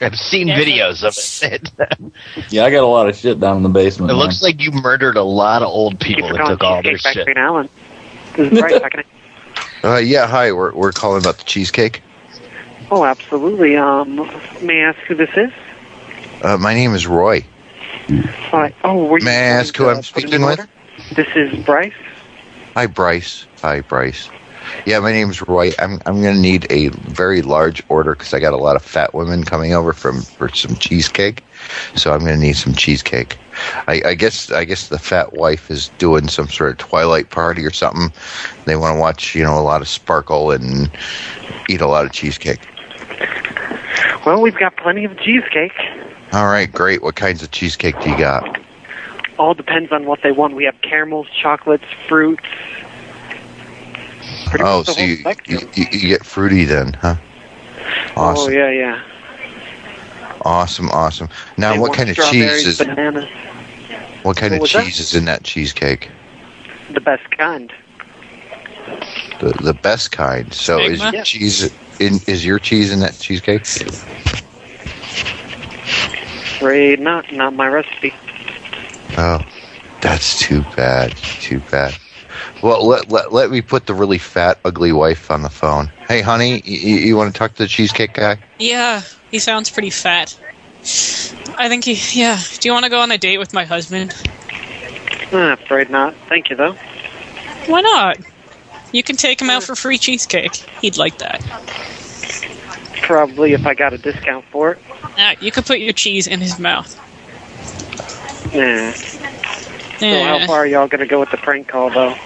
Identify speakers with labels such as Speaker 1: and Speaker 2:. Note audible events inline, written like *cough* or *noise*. Speaker 1: I've seen videos of it.
Speaker 2: Yeah, I got a lot of shit down in the
Speaker 1: *laughs*
Speaker 2: basement.
Speaker 1: it looks like you murdered a lot of old people that took all their shit.
Speaker 3: Factory now, and this is Bryce. How can I
Speaker 4: Uh, yeah, hi. We're we're calling about the cheesecake.
Speaker 3: Oh, absolutely. Um, may I ask who this is?
Speaker 4: Uh, my name is Roy.
Speaker 3: Uh, oh, were you
Speaker 4: May I ask who
Speaker 3: uh,
Speaker 4: I'm
Speaker 3: put in an
Speaker 4: speaking with?
Speaker 3: order? This is Bryce.
Speaker 4: Hi, Bryce. Hi, Bryce. Yeah, my name's Roy. I'm I'm gonna need a very large order because I got a lot of fat women coming over from for some cheesecake, so I'm gonna need some cheesecake. I, I guess I guess the fat wife is doing some sort of twilight party or something. They want to watch you know a lot of sparkle and eat a lot of cheesecake.
Speaker 3: Well, we've got plenty of cheesecake.
Speaker 4: All right, great. What kinds of cheesecake do you got?
Speaker 3: All depends on what they want. We have caramels, chocolates, fruits. Pretty
Speaker 4: Oh,
Speaker 3: much the
Speaker 4: so
Speaker 3: whole
Speaker 4: you, you
Speaker 3: spectrum.
Speaker 4: you you get fruity then, huh?
Speaker 3: Oh
Speaker 4: Awesome,
Speaker 3: yeah, yeah.
Speaker 4: awesome, awesome. Now,
Speaker 3: They
Speaker 4: what
Speaker 3: want
Speaker 4: kind of
Speaker 3: strawberries,
Speaker 4: cheese is
Speaker 3: bananas?
Speaker 4: What kind
Speaker 3: What
Speaker 4: of
Speaker 3: was that?
Speaker 4: cheese is in that cheesecake?
Speaker 3: The best kind.
Speaker 4: The the best kind. So is
Speaker 5: Stigma?
Speaker 4: your cheese in is your cheese in that cheesecake?
Speaker 3: Afraid not. Not my recipe.
Speaker 4: Oh, that's too bad. Too bad. Well, let, let, let me put the really fat, ugly wife on the phone. Hey, honey, you, you want to talk to the cheesecake guy?
Speaker 5: Yeah, he sounds pretty fat. I think he. Yeah. Do you want to go on a date with my husband?
Speaker 3: Uh, afraid not. Thank you though.
Speaker 5: Why not? You can take him out for free cheesecake. He'd like that.
Speaker 3: Probably if I got a discount for it.
Speaker 5: Uh, you could put your cheese in his mouth.
Speaker 3: Nah. So
Speaker 5: Yeah. Eh.
Speaker 3: how far are y'all gonna go with the prank call though?